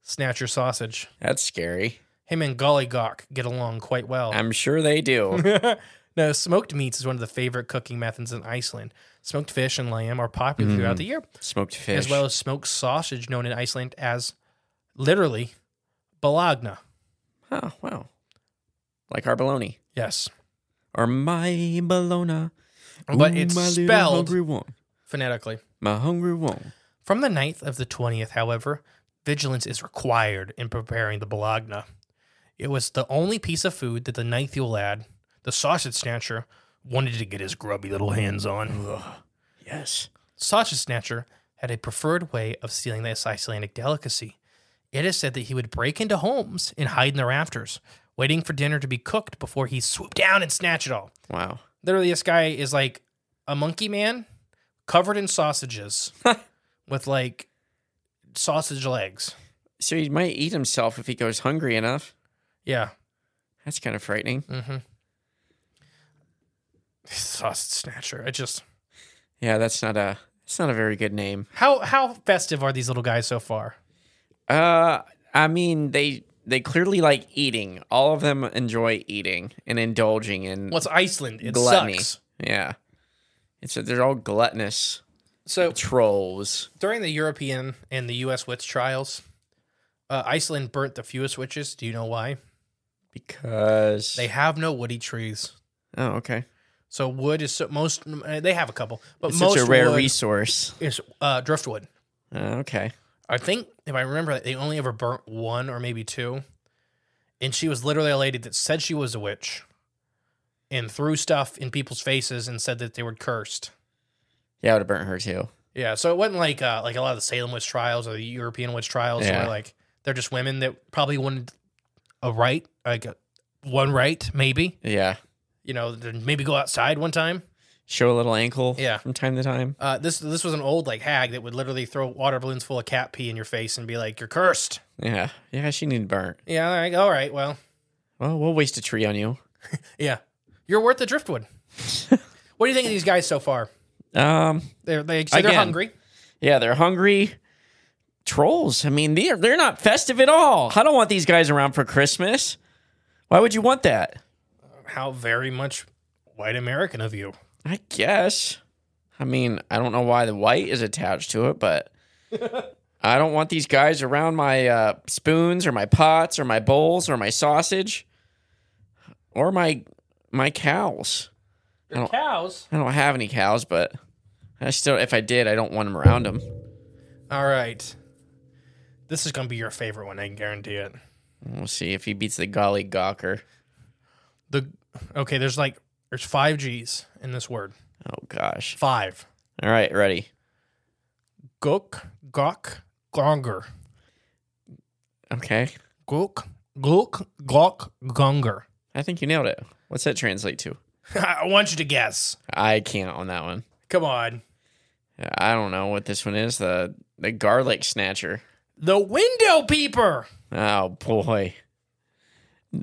A: snatch your sausage.
B: that's scary.
A: Him and Gollygawk get along quite well.
B: I'm sure they do.
A: No, smoked meats is one of the favorite cooking methods in Iceland. Smoked fish and lamb are popular throughout the year,
B: Smoked Mm-hmm. fish.
A: as well as smoked sausage, known in Iceland as literally balagna.
B: oh wow, like our bologna
A: Yes.
B: or my bologna.
A: But
B: Ooh,
A: it's
B: my little
A: spelled
B: hungry one.
A: phonetically.
B: My hungry one.
A: From the 9th of the 20th, however, vigilance is required in preparing the bologna. It was the only piece of food that the ninth yule lad, the sausage snatcher, wanted to get his grubby little hands on.
B: Yes.
A: Sausage snatcher had a preferred way of stealing this Icelandic delicacy. It is said that he would break into homes and hide in the rafters, waiting for dinner to be cooked before he swooped down and snatched it all.
B: Wow.
A: literally this guy is like a monkey man covered in sausages with like sausage legs
B: So he might eat himself if he goes hungry enough.
A: yeah
B: That's kind of frightening.
A: mm-hmm sausage snatcher i just
B: Yeah, that's not a that's not a very good name.
A: how how festive are these little guys so far
B: Uh, I mean they they clearly like eating. All of them enjoy eating and indulging in
A: well it's iceland it
B: gluttony.
A: sucks
B: Yeah, it's they're all gluttonous
A: so
B: trolls.
A: during the european and the us witch trials uh, iceland burnt the fewest witches do you know why
B: Because
A: they have no woody trees
B: oh okay,
A: so wood is so, most uh, they have a couple but
B: it's
A: most
B: such a rare
A: wood
B: resource.
A: is uh, driftwood
B: Uh, okay,
A: I think if I remember, they only ever burnt one or maybe two, and she was literally a lady that said she was a witch, and threw stuff in people's faces and said that they were cursed.
B: yeah, I would have burnt her too.
A: Yeah, so it wasn't like uh, like a lot of the Salem witch trials or the European witch trials
B: Yeah.
A: where like they're just women that probably wanted a right, like a, one right maybe.
B: Yeah,
A: You know, they'd maybe go outside one time.
B: show a little ankle.
A: Yeah.
B: from time to time.
A: Uh, this this was an old like hag that would literally throw water balloons full of cat pee in your face and be like, "You're cursed."
B: Yeah, yeah, she needed burnt.
A: Yeah, all right, all right, well.
B: Well, we'll waste a tree on you.
A: Yeah. You're worth the driftwood. what do you think of these guys so far?
B: Um,
A: They're, they say they're
B: Again.
A: hungry.
B: Yeah, they're hungry trolls. I mean, they're they're not festive at all. I don't want these guys around for Christmas. Why would you want that?
A: How very much white American of you.
B: I guess. I mean, I don't know why the white is attached to it, but I don't want these guys around my uh, spoons or my pots or my bowls or my sausage or my my cows.
A: Your
B: Oh.
A: cows.
B: I don't have any cows, but I still if I did, I don't want them around them.
A: All right. This is going to be your favorite one, I can guarantee it.
B: We'll see if he beats the golly gawker.
A: The Okay, there's like there's 5 Gs in this word.
B: Oh gosh.
A: 5.
B: All right, ready.
A: Gok, gok, gonger.
B: Okay.
A: Gok, gok, gok, gonger.
B: I think you nailed it. What's that translate to?
A: I want you to guess.
B: I can't on that one.
A: Come on.
B: I don't know what this one is. The the garlic snatcher.
A: The window peeper.
B: Oh boy.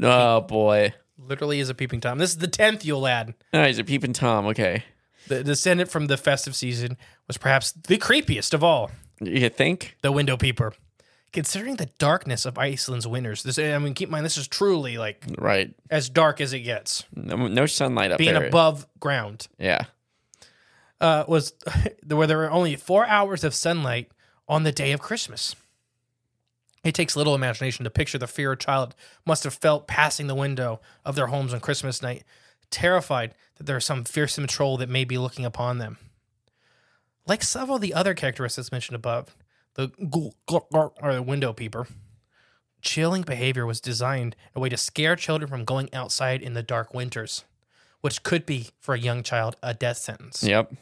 B: Oh boy.
A: Literally is a peeping tom. This is the 10th you'll add.
B: Oh, he's a peeping tom. Okay.
A: The descendant from the festive season was perhaps the creepiest of all,
B: You think?
A: the window peeper. Considering the darkness of Iceland's winters, this I mean, keep in mind this is truly like
B: Right.
A: as dark as it gets,
B: No, no sunlight up
A: being
B: there.
A: above ground.
B: Yeah.
A: Uh, was where there were only four hours of sunlight on the day of Christmas. It takes little imagination to picture the fear a child must have felt passing the window of their homes on Christmas night, terrified that there is some fearsome troll that may be looking upon them. Like several of the other characteristics mentioned above, the gl- gl- gl- or the window peeper, chilling behavior was designed a way to scare children from going outside in the dark winters, which could be for a young child a death sentence.
B: Yep.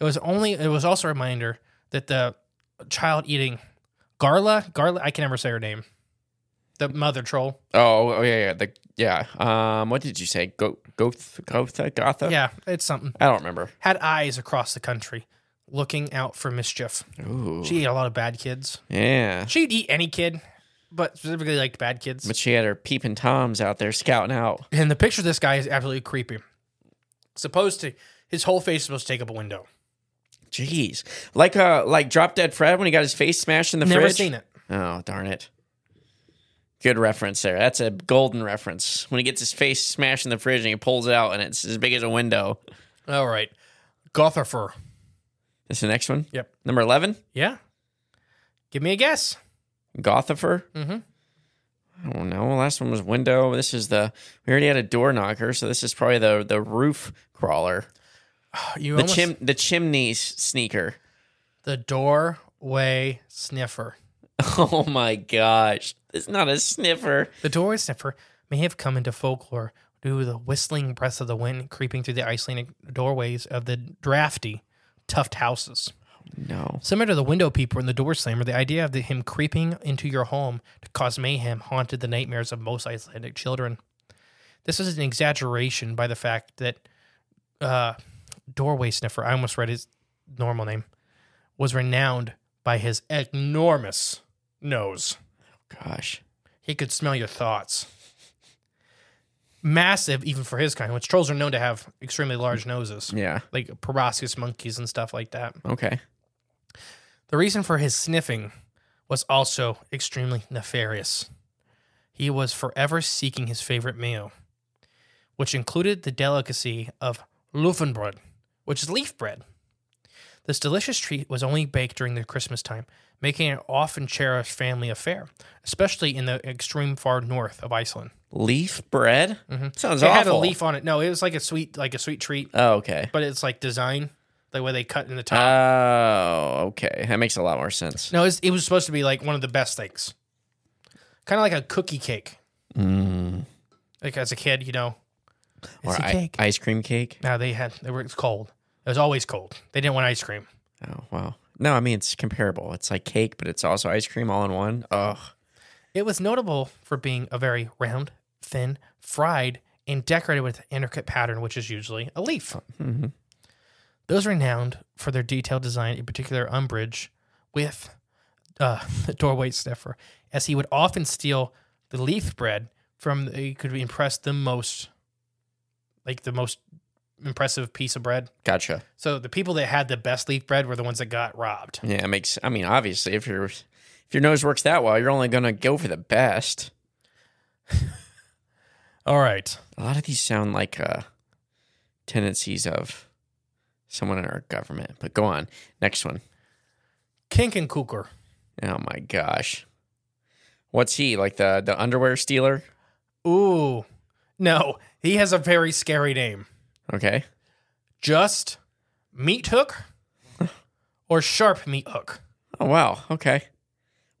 A: It was only. It was also a reminder that the child eating Garla, Garla. I can never say her name. The mother troll.
B: Oh, oh yeah, yeah. The yeah. Um what did you say? Go Goth Gotha Gotha?
A: Yeah, it's something.
B: I don't remember.
A: Had eyes across the country, looking out for mischief.
B: Ooh.
A: She ate a lot of bad kids.
B: Yeah.
A: She'd eat any kid, but specifically liked bad kids.
B: But she had her peeping toms out there scouting out.
A: And the picture of this guy is absolutely creepy. Supposed to, his whole face is supposed to take up a window.
B: Jeez. Like uh like Drop Dead Fred when he got his face smashed in the
A: Never
B: fridge.
A: seen it.
B: Oh, darn it. Good reference there. That's a golden reference. When he gets his face smashed in the fridge and he pulls it out and it's as big as a window.
A: All right, Gothifer.
B: That's the next one?
A: Yep.
B: Number 11?
A: Yeah. Give me a guess. Mm-hmm.
B: Gothifer?
A: Mhm.
B: I don't know. Last one was window. This is the we already had a door knocker, so this is probably the the roof crawler,
A: You
B: the
A: almost,
B: chim the chimney s- sneaker.
A: the doorway sniffer.
B: Oh my gosh, it's not a sniffer.
A: The doorway sniffer may have come into folklore due to the whistling breath of the wind creeping through the Icelandic doorways of the drafty, tuft houses.
B: No,
A: Similar to the window peeper and the door slammer, the idea of the, him creeping into your home to cause mayhem haunted the nightmares of most Icelandic children. This is an exaggeration by the fact that uh, doorway sniffer, I almost read his normal name, was renowned by his enormous nose.
B: gosh,
A: He could smell your thoughts. Massive, even for his kind, which trolls are known to have extremely large noses,
B: yeah,
A: like proboscis monkeys and stuff like that.
B: okay,
A: The reason for his sniffing was also extremely nefarious. He was forever seeking his favorite meal, which included the delicacy of loofenbread, which is leaf bread. This delicious treat was only baked during the Christmas time, making it an often cherished family affair, especially in the extreme far north of Iceland.
B: leaf bread sounds
A: it
B: awful.
A: Mm-hmm. had a leaf on it. No, it was like a sweet, like a sweet treat,
B: Oh, okay.
A: but it's like design, the way they cut in the top.
B: Oh, okay. That makes a lot more sense.
A: No, it was, it was supposed to be like one of the best things. Kind of like a cookie cake.
B: Mm.
A: Like as a kid, you know.
B: Or
A: It's a
B: i-
A: cake.
B: ice cream cake.
A: No, they had they were it's cold. It was always cold. They didn't want ice cream.
B: Oh wow. No, I mean it's comparable. It's like cake, but it's also ice cream all in one. Ugh.
A: It was notable for being a very round, thin, fried, and decorated with an intricate pattern, which is usually a leaf.
B: Mhm.
A: Those renowned for their detailed design, in particular umbrage with uh, the doorway sniffer, as he would often steal the leaf bread from the, he could impress the most, like the most impressive piece of bread.
B: Gotcha.
A: So the people that had the best leaf bread were the ones that got robbed.
B: Yeah, it makes. I mean, obviously, if your if your nose works that well, you're only gonna go for the best.
A: All right.
B: A lot of these sound like uh, tendencies of someone in our government. But go on. Next one.
A: Kink and Kuker.
B: Oh my gosh. What's he like the the underwear stealer?
A: Ooh. No, he has a very scary name.
B: Okay.
A: Just Meat Hook or Sharp Meat Hook?
B: Oh wow. Okay.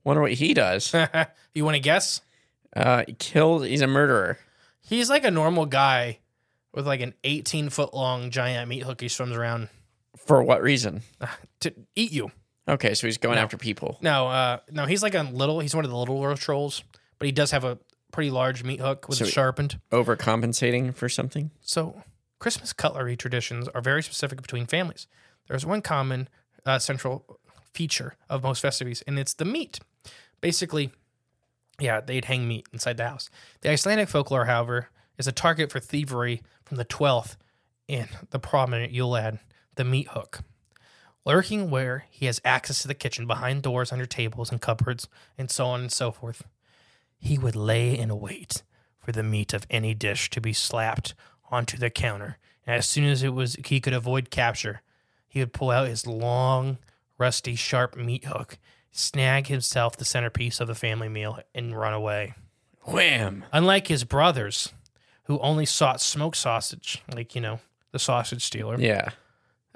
B: Wonder what he does.
A: you want to guess?
B: Uh, he killed. He's a murderer.
A: He's like a normal guy with like an 18 foot long giant meat hook he swims around
B: For what reason?
A: to eat you.
B: Okay, so he's going after people.
A: No, uh, no, he's like a little, he's one of the littler trolls, but he does have a pretty large meat hook with
B: So
A: it
B: he-
A: sharpened.
B: overcompensating for something.
A: So, Christmas cutlery traditions are very specific between families. There's one common uh, central feature of most festivities, and it's the meat. Basically, yeah, they'd hang meat inside the house. The Icelandic folklore, however, is a target for thievery from the 12th in the prominent Yule lad, the meat hook. Lurking where he has access to the kitchen, behind doors, under tables and cupboards, and so on and so forth, he would lay in wait for the meat of any dish to be slapped onto the counter. And as soon as it was he could avoid capture, he would pull out his long, rusty, sharp meat hook, snag himself the centerpiece of the family meal, and run away.
B: Wham!
A: Unlike his brothers, who only sought smoked sausage, like you know, the sausage stealer,
B: Yeah.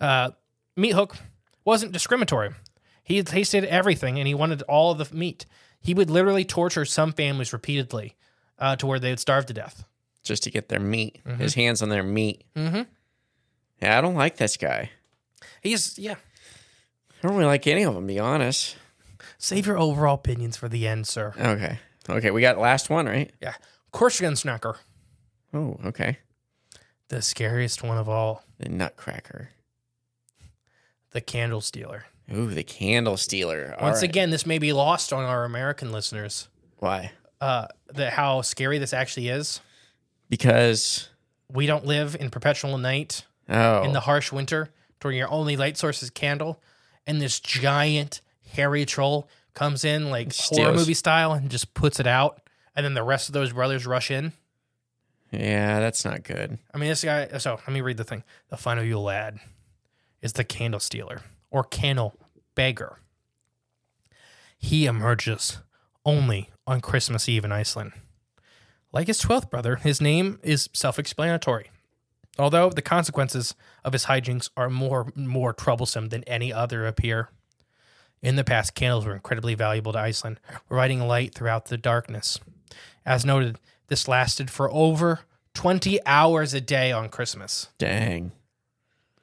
A: uh, Meat Hook wasn't discriminatory. He had tasted everything and he wanted all of the meat. He would literally torture some families repeatedly uh, to where they would starve to death.
B: Just to get their meat.
A: Mhm.
B: His hands on their meat.
A: Mm-hmm.
B: Yeah, I don't like this guy.
A: He's, yeah.
B: I don't really like any of them, to be honest.
A: Save your overall opinions for the end, sir.
B: Okay. Okay, we got last one, right?
A: Yeah. Corsican Snacker,
B: Oh, okay.
A: the scariest one of all,
B: The nutcracker.
A: the candle stealer.
B: Ooh, the candle stealer. All
A: Once
B: right.
A: again, this may be lost on our American listeners
B: Why?
A: uh, that how scary this actually is.
B: Because
A: We don't live in perpetual night.
B: oh
A: in the harsh winter to where your only light source is candle, and this giant hairy troll comes in like horror
B: Steals.
A: movie style and just puts it out, and then the rest of those brothers rush in.
B: Yeah, that's not good.
A: I mean, this guy. So let me read the thing. The final you lad is the candle stealer or candle beggar. He emerges only on Christmas Eve in Iceland. Like his 12th brother, his name is self explanatory, although the consequences of his hijinks are more, more troublesome than any other appear. In the past, candles were incredibly valuable to Iceland, providing light throughout the darkness. As noted, this lasted for over 20 hours a day on Christmas.
B: Dang.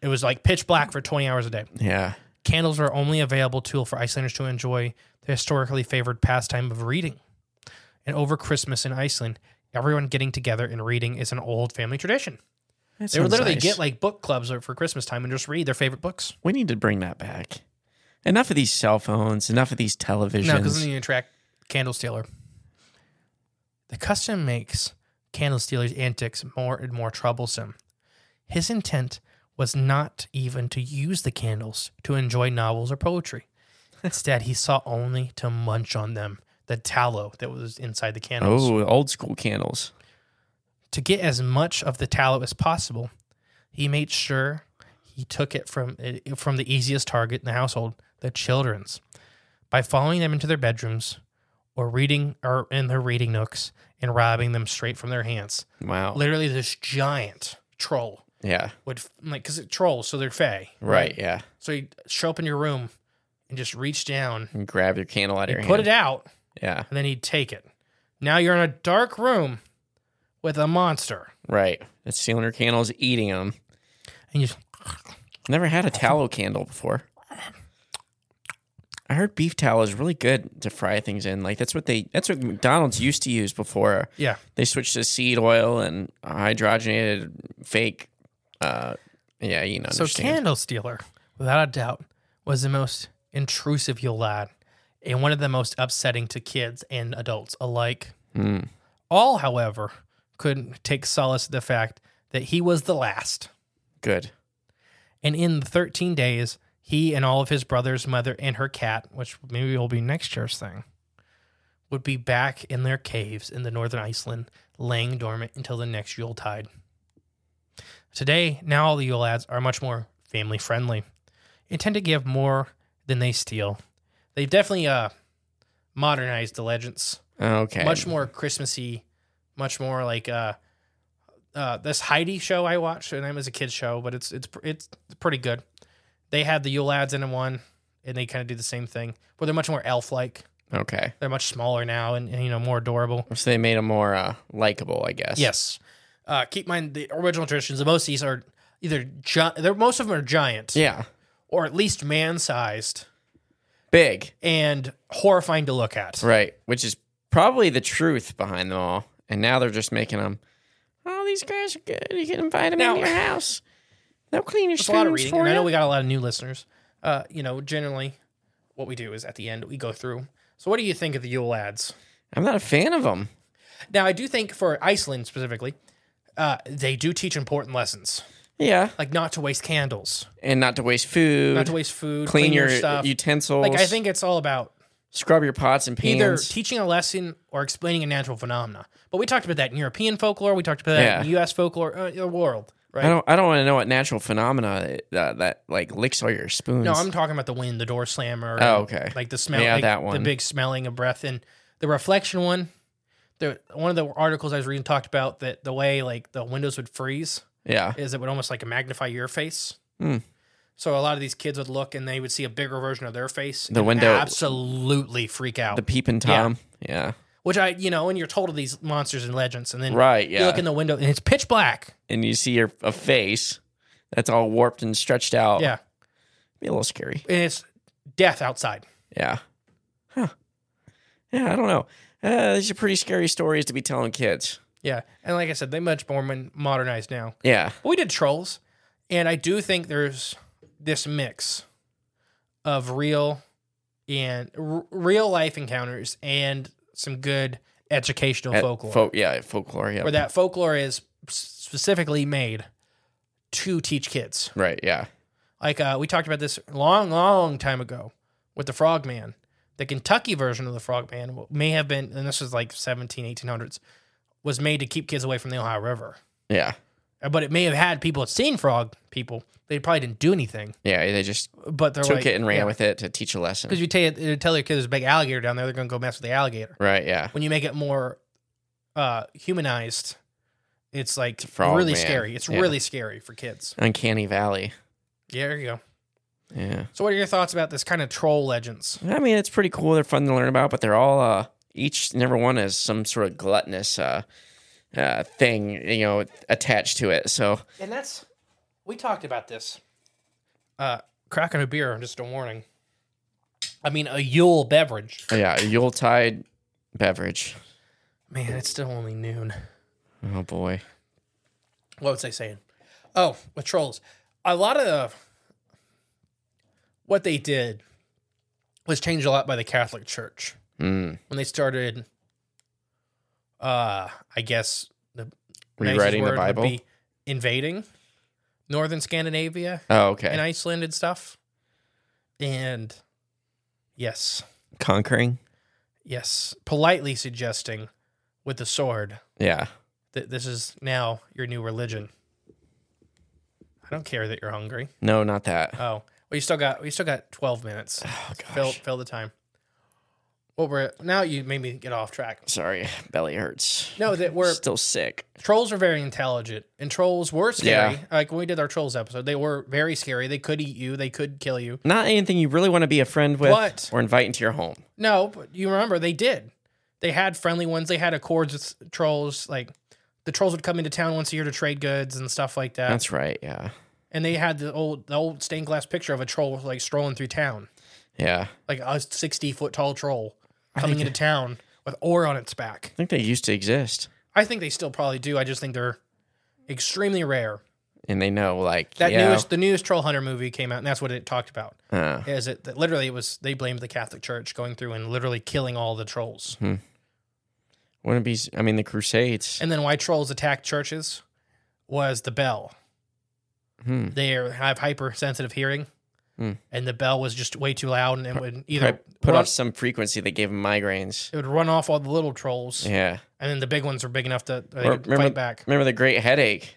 A: It was like pitch black for 20 hours a day.
B: Yeah.
A: Candles are only available tool for Icelanders to enjoy the historically favored pastime of reading. And over Christmas in Iceland, everyone getting together and reading is an old family tradition.
B: That
A: They would
B: sounds
A: literally
B: nice.
A: get like book clubs for Christmas time and just read their favorite books.
B: We need to bring that back. Enough of these cell phones. Enough of these televisions.
A: No, because then you attract candle stealer. The custom makes candle stealer's antics more and more troublesome. His intent was not even to use the candles to enjoy novels or poetry. Instead, he sought only to munch on them, the tallow that was inside the candles.
B: oh, old school candles.
A: To get as much of the tallow as possible, he made sure he took it from eh, from the easiest target in the household, the children's, by following them into their bedrooms or reading or in their reading nooks and robbing them straight from their hands.
B: Wow.
A: Literally, this giant troll
B: Yeah.
A: would f- like because it trolls, so they're fey.
B: Right. Yeah.
A: So he'd show up in your room and just reach down,
B: And grab your candle out of
A: he'd
B: your
A: put
B: hand.
A: it out,
B: Yeah.
A: and then he'd take it. Now you're in a dark room with a monster,
B: Right. It's stealing your candles, eating them.
A: and you.
B: Never had a tallow candle before. I heard beef tallow is really good to fry things in. Like that's what they that's what McDonald's used to use before.
A: Yeah.
B: They switched to seed oil and hydrogenated fake uh yeah, you know.
A: So Candle Stealer, without a doubt, was the most intrusive you'll add, and one of the most upsetting to kids and adults alike. All, however, could take solace in the fact that he was the last.
B: good.
A: And in the 13 days, he and all of his brothers, mother, and her cat, which maybe will be next year's thing, would be back in their caves in the northern Iceland, laying dormant until the next Yuletide. Today, now all the Yule ads are much more family friendly and tend to give more than they steal. They've definitely uh, modernized the legends
B: Okay.
A: much more Christmassy, much more like uh, uh, this Heidi show I watched, and it was a kids show, but it's it's it's pretty good. They had the Yule ads in one, and they kind of do the same thing, but they're much more elf like.
B: Okay.
A: They're much smaller now, and, and, you know more adorable.
B: So they made them more uh likable, I guess.
A: Yes, uh, keep in mind the original traditions. The most of these are either gi- they're most of them are giant,
B: Yeah.
A: or at least man sized
B: Big.
A: and horrifying to look at.
B: Right, which is probably the truth behind them all. And now they're just making them. Oh, these guys are good. You can invite them
A: Now-
B: in your house. They'll clean your
A: It's a lot of
B: spoons
A: reading,
B: for
A: and I
B: you.
A: know we got a lot of new listeners. Uh, you know, generally, what we do is at the end we go through. So, what do you think of the Yule ads?
B: I'm not a fan of them.
A: Now, I do think for Iceland specifically, uh, they do teach important lessons,
B: Yeah,
A: like not to waste candles,
B: and not to waste food.
A: not to waste food,
B: Clean, your,
A: stuff.
B: utensils.
A: like I think it's all about
B: scrub your pots and pans.
A: either teaching a lesson or explaining a natural phenomena. But we talked about that in European folklore. We talked about that in
B: Yeah.
A: U.S. folklore, uh, the world, right?
B: I don't. I don't want to know what natural phenomena uh, that like licks all your spoons.
A: No, I'm talking about the wind, the door slammer. and,
B: Oh, okay.
A: Like the smell,
B: Yeah,
A: like
B: that
A: The
B: one.
A: big smelling of breath and the reflection one. The one of the articles I was reading talked about that the way like the windows would freeze
B: Yeah.
A: is it would almost like magnify your face.
B: Hmm.
A: So a lot of these kids would look and they would see a bigger version of their face.
B: The
A: and
B: window-
A: absolutely freak out.
B: The peeping tom. Yeah.
A: Which I, you know, and you're told of these monsters and legends, and then
B: Right.
A: you
B: Yeah.
A: look in the window and it's pitch black.
B: and you see your a face that's all warped and stretched out.
A: Yeah,
B: Be a little scary.
A: and it's death outside.
B: Yeah. Huh. Yeah, I don't know. Uh, these are pretty scary stories to be telling kids.
A: Yeah, and like I said, they much more mon- modernized now.
B: Yeah.
A: But we did trolls, and I do think there's this mix of real and r- real life encounters and some good educational
B: At
A: folklore,
B: Fol- Uh, yeah, folklore. Yeah.
A: where that folklore is specifically made to teach kids.
B: right. Yeah.
A: Like uh, we talked about this long, long time ago with the Frogman. The Kentucky version of the Frogman may have been, and this was like 17, 1800s, was made to keep kids away from the Ohio River.
B: Yeah.
A: but it may have had people at Seen Frog people. They probably didn't do anything,
B: Yeah, they just
A: but they're
B: took
A: like,
B: it and ran with it to teach a lesson.
A: Because you tell, you tell your kid there's a big alligator down there, they're going to go mess with the alligator.
B: right, yeah.
A: When you make it more uh, humanized, it's like
B: a frog,
A: really
B: man.
A: scary. It's
B: Yeah.
A: really scary for kids.
B: Uncanny Valley.
A: Yeah, there you go.
B: Yeah.
A: So, what are your thoughts about this kind of troll legends?
B: I mean, it's pretty cool. They're fun to learn about, but they're all uh, each and every one is some sort of gluttonous uh, uh, thing, you know, attached to it. So
A: And that's we talked about this. Uh, cracking a beer, just a warning. I mean, a Yule beverage.
B: yeah, a Yuletide beverage.
A: Man, it's still only noon.
B: Oh boy.
A: What was I saying? Oh, with trolls, a lot of the, what they did was changed a lot by the Catholic Church
B: Mm.
A: when they started. Uh, I guess the nicest
B: Rewriting the
A: word would
B: Bible?
A: be invading northern Scandinavia
B: Oh, okay.
A: in Iceland and stuff. And yes,
B: Conquering.
A: yes, politely suggesting with the sword
B: Yeah.
A: that this is now your new religion. I don't care that you're hungry.
B: No, not that.
A: Oh, well, you still got we still got 12 minutes.
B: Oh
A: Fill
B: gosh.
A: fill the time. Well, we're now you made me get off track.
B: Sorry, belly hurts.
A: No, that we're
B: still sick.
A: trolls are very intelligent, and trolls were scary.
B: Yeah.
A: Like when we did our trolls episode, they were very scary. They could eat you. They could kill you.
B: Not anything you really want to be a friend with
A: What?
B: or invite into your home.
A: No, but you remember they did. They had friendly ones. They had accords with trolls. Like the trolls would come into town once a year to trade goods and stuff like that.
B: That's right. Yeah.
A: and they had the old the old stained glass picture of a troll like strolling through town,
B: Yeah.
A: like a sixty foot tall troll coming into town with ore on its back.
B: I think they used to exist.
A: I think they still probably do. I just think they're extremely rare.
B: And they know like
A: That
B: yeah,
A: newest the newest Troll Hunter movie came out, and that's what it talked about.
B: uh,
A: Is it that literally it was they blamed the Catholic Church going through and literally killing all the trolls.
B: Hmm. Wouldn't it be? s- I mean, the Crusades.
A: And then why trolls attack churches was the bell.
B: Hmm.
A: They are, have hypersensitive hearing,
B: Hmm.
A: and the bell was just way too loud, and it would either
B: Probably put
A: run,
B: off some frequency that gave them migraines.
A: it would run off all the little trolls,
B: Yeah.
A: and then the big ones were big enough to they
B: Or
A: could
B: remember,
A: fight back.
B: remember the Great Headache?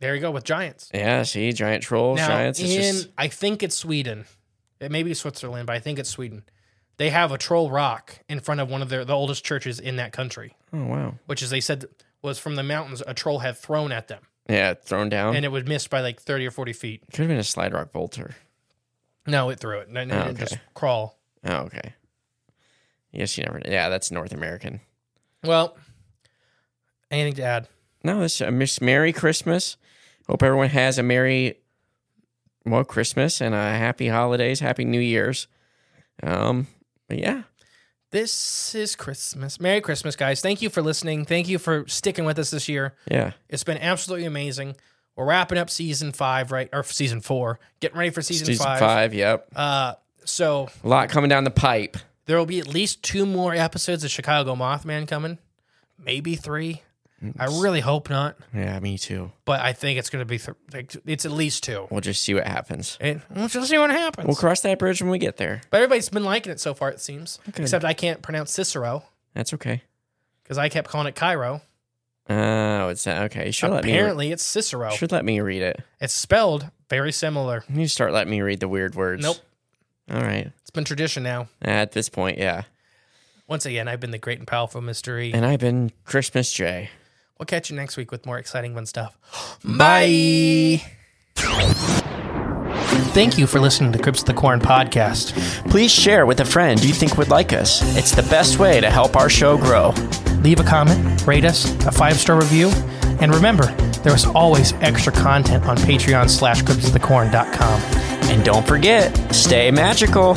A: There you go with giants.
B: Yeah. See, giant trolls,
A: now
B: giants.
A: in
B: It's just
A: I think it's Sweden, it may be Switzerland, but I think it's Sweden. They have a troll rock in front of one of their the oldest churches in that country,
B: oh wow.
A: which is they said was from the mountains a troll had thrown at them,
B: Yeah, thrown down.
A: and it would miss by like thirty or forty feet.
B: Could have been a slide rock bolter.
A: No, it threw it. And it
B: Oh,
A: didn't just
B: okay.
A: crawl.
B: Oh, okay. Yes, you never. Yeah, that's North American.
A: Well, anything to add?
B: No, this uh, Miss Merry Christmas. Hope everyone has a merry, well, Christmas and a happy holidays, happy New Year's. Um, but yeah,
A: This is Christmas. Merry Christmas, guys. Thank you for listening. Thank you for sticking with us this year.
B: yeah,
A: It's been absolutely amazing. We're wrapping up season five, right? Or season four. Getting ready for season,
B: season
A: five.
B: five. Yep,
A: Uh, so
B: a lot coming down the pipe.
A: there will be at least two more episodes of Chicago Mothman coming, maybe three. I really hope not,
B: Yeah, me too.
A: but I think it's going to be, th- like, it's at least two.
B: We'll just see what happens.
A: And we'll just see what happens.
B: We'll cross that bridge when we get there.
A: But everybody's been liking it so far, it seems.
B: Okay.
A: Except I can't pronounce Cicero
B: That's okay.
A: because I kept calling it Cairo.
B: Oh, it's that okay. You should let me.
A: Apparently, it's Cicero.
B: Re- should let me read it.
A: It's spelled very similar.
B: You need to start letting me read the weird words.
A: Nope.
B: All right.
A: It's been tradition now.
B: At this point, yeah.
A: Once again, I've been the great and powerful mystery.
B: And I've been Christmas Jay.
A: We'll catch you next week with more exciting fun stuff.
B: Bye.
A: Thank you for listening to Crips of the Corn podcast.
B: Please share with a friend you think would like us. It's the best way to help our show grow.
A: leave a comment, rate us, a five star review, and remember, there is always extra content on Patreon slash CryptsToTheCorn.com.
B: And don't forget, stay magical.